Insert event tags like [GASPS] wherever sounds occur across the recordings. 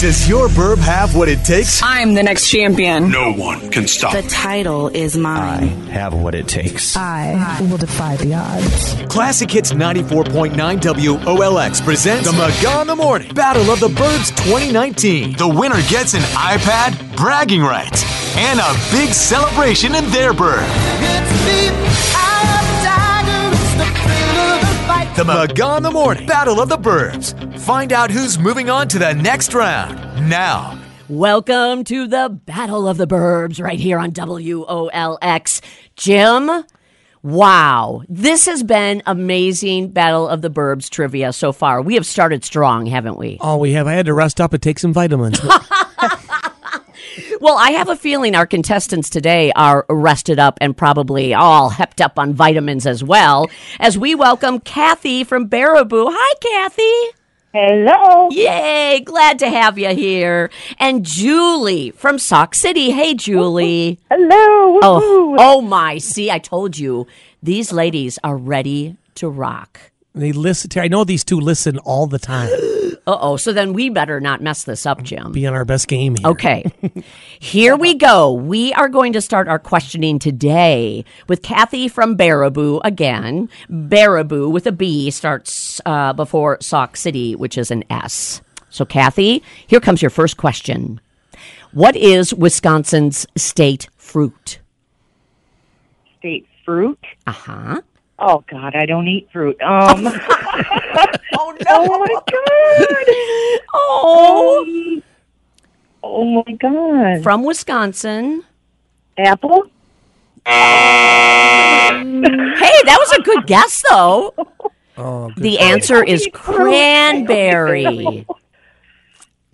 Does your burb have what it takes? I'm the next champion. No one can stop. The title is mine. have what it takes. I will defy the odds. Classic Hits 94.9 WOLX presents The McGaw in the Morning Battle of the Burbs 2019. The winner gets an iPad, bragging rights, and a big celebration in their burb. The McGaw in the Morning Battle of the Burbs. Find out who's moving on to the next round now. Welcome to the Battle of the Burbs right here on WOLX. Jim, wow. This has been amazing Battle of the Burbs trivia so far. We have started strong, haven't we? All we have, I had to rest up and take some vitamins. Well, I have a feeling our contestants today are rested up and probably all hepped up on vitamins as well. As we welcome Kathy from Baraboo. Hi, Kathy. Hello. Yay, glad to have you here. And Julie from Sauk City. Hey, Julie. Hello. Oh, oh my. See, I told you. These ladies are ready to rock. they listen to, I know these two listen all [GASPS] the time. Uh oh. So then we better not mess this up, Jim. Be on our best game here. [LAUGHS] Okay. Here we go. We are going to start our questioning today with Kathy from Baraboo again. Baraboo with a B starts uh, before Sauk City, which is an S. So, Kathy, here comes your first question. What is Wisconsin's state fruit? State fruit. Uh huh. Oh God, I don't eat fruit. Um. Oh, [LAUGHS] oh my God. Oh. Um, oh my God. From Wisconsin. Apple. Hey, that was a good guess, though. Oh, good. The answer is eat fruit. cranberry. Like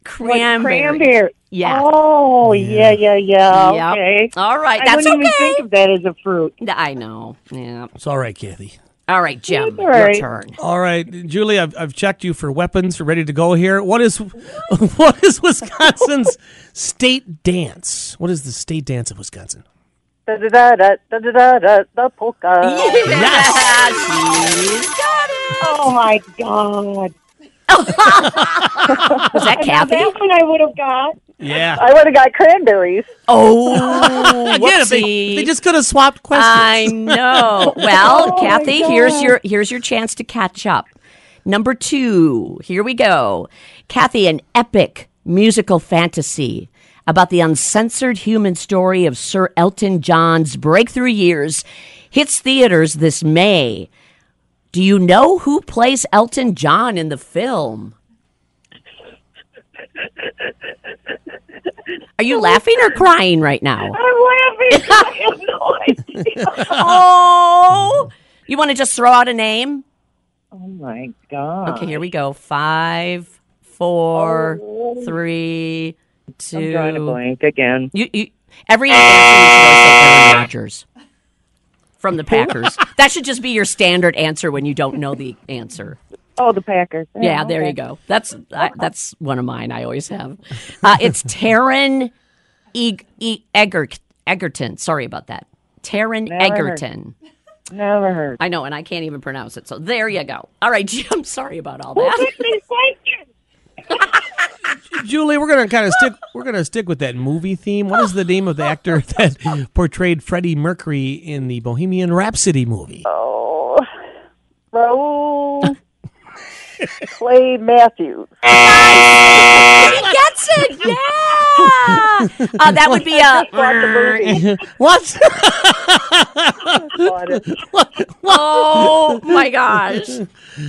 Cranberry. Cranberry. Yeah. Oh yeah, yeah, Oh, yeah. Yep. Okay. All right. I That's wouldn't okay. even think of that as a fruit. I know. Yeah. It's all right, Kathy. All right, Jim. It's all right. Your [LAUGHS] turn. All right, Julie, I've, I've checked you for weapons. You're ready to go here. What is [LAUGHS] what is Wisconsin's state dance? What is the state dance of Wisconsin? Da da da da da da da. The polka. Yes. Oh my God. Was that Kathy? That one I would have got. Yeah. I would have got cranberries. [LAUGHS] Oh, Again, if they, whoopsie. they just could have swapped questions. I know. [LAUGHS] Well, Oh, my Kathy, here's God. your here's your chance to catch up. Number two. Here we go. Kathy, an epic musical fantasy about the uncensored human story of Sir Elton John's breakthrough years hits theaters this May. Do you know who plays Elton John in the film? Are you laughing or crying right now? I'm [LAUGHS] laughing. I have no idea. Oh, you want to just throw out a name? Oh my god. Okay, here we go. Five, four, three, two. Oh. I'm drawing a blank again. You, you, every answer you should always say Aaron Rodgers from the [LAUGHS] Packers. that should just be your standard answer when you don't know the answer. Oh, the Packers. Yeah, there you go. That's I, that's one of mine. I always have. Uh, it's Taryn Eg- E- Egert- Egerton. Sorry about that. Taryn Never heard. Egerton. Never [LAUGHS] heard. I know, and I can't even pronounce it. So there you go. All right, [LAUGHS] Jim. Sorry about all that. Julie, we're gonna kind of stick. We're gonna stick with that movie theme. What is the name of the actor [LAUGHS] that portrayed Freddie Mercury in the Bohemian Rhapsody movie? Oh, [LAUGHS] Raul Clay Matthews. he gets it. Yeah. [LAUGHS] Uh, that would be Watch Ah. the a. movie. what? Bought [LAUGHS] [LAUGHS] it. Oh my gosh.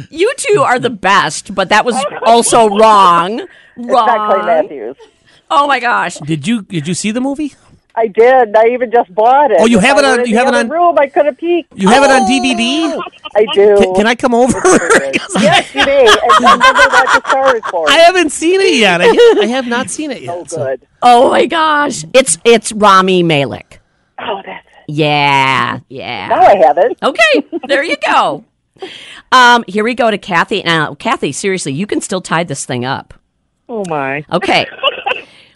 You two are the best, but that was [LAUGHS] also wrong. Not Clay Wrong. Matthews. Oh my gosh. Did you did you see the movie? I did. I even just bought it. Oh, you If have it I on- were in you the have it other on- Room. I could have peeked. You have it on Oh. DVD. I do. Can, can I come over? [LAUGHS] 'Cause I, Yes, you did. [LAUGHS] And I never got the started for it. I haven't seen it yet. I, I have not seen it yet. [LAUGHS] so so- good. Oh my gosh. It's it's Rami Malek. Oh, that's it. Yeah. Yeah. Now I have it. Okay, there you go. [LAUGHS] Um, here we go to Kathy. Now, Kathy, seriously, you can still tie this thing up. Oh my. Okay,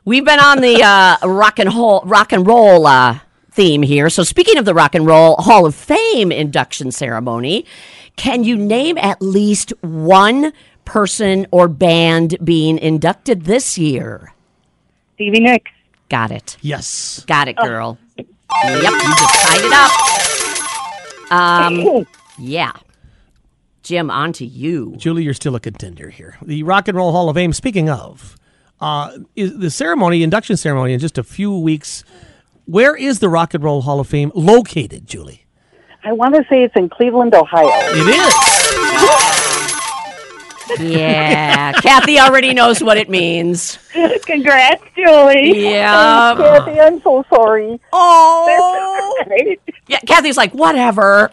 we've been on the uh, rock and roll rock and roll uh, theme here. So, speaking of the rock and roll Hall of Fame induction ceremony, can you name at least one person or band being inducted this year? Stevie Nicks. Got it. Yes. Got it, girl. Yep, you just tied it up. Um, yeah. Jim, on to you. Julie, you're still a contender here. The Rock and Roll Hall of Fame, speaking of, uh, is the ceremony, induction ceremony in just a few weeks. Where is the Rock and Roll Hall of Fame located, Julie? I want to say it's in Cleveland, Ohio. It is. Yeah. Kathy already knows what it means. Congrats, Julie. Yeah. Kathy, I'm so sorry. Oh. Yeah, Kathy's like, whatever.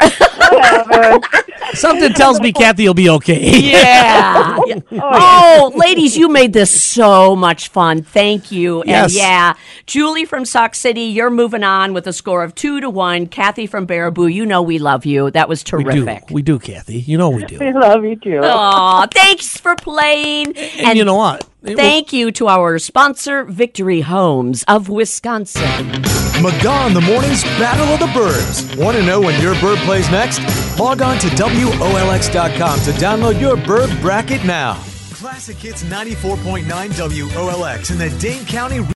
Something tells me Kathy will be [LAUGHS] okay. [LAUGHS] Yeah. Yeah. Oh, ladies, you made this so much fun. Thank you. And Yes. yeah, Julie from Sox City, you're moving on with a score of two to one. Kathy from Baraboo, you know we love you. That was we do. terrific. We do, Kathy. You know we do. I love you, too. Aw, thanks for playing. And, And you know what? It was- thank you to our sponsor, Victory Homes of Wisconsin. McGaw in the Morning's Battle of the Birds. Want to know when your bird plays next? Log on to WOLX.com to download your bird bracket now. Classic Hits 94.9 WOLX in the Dane County.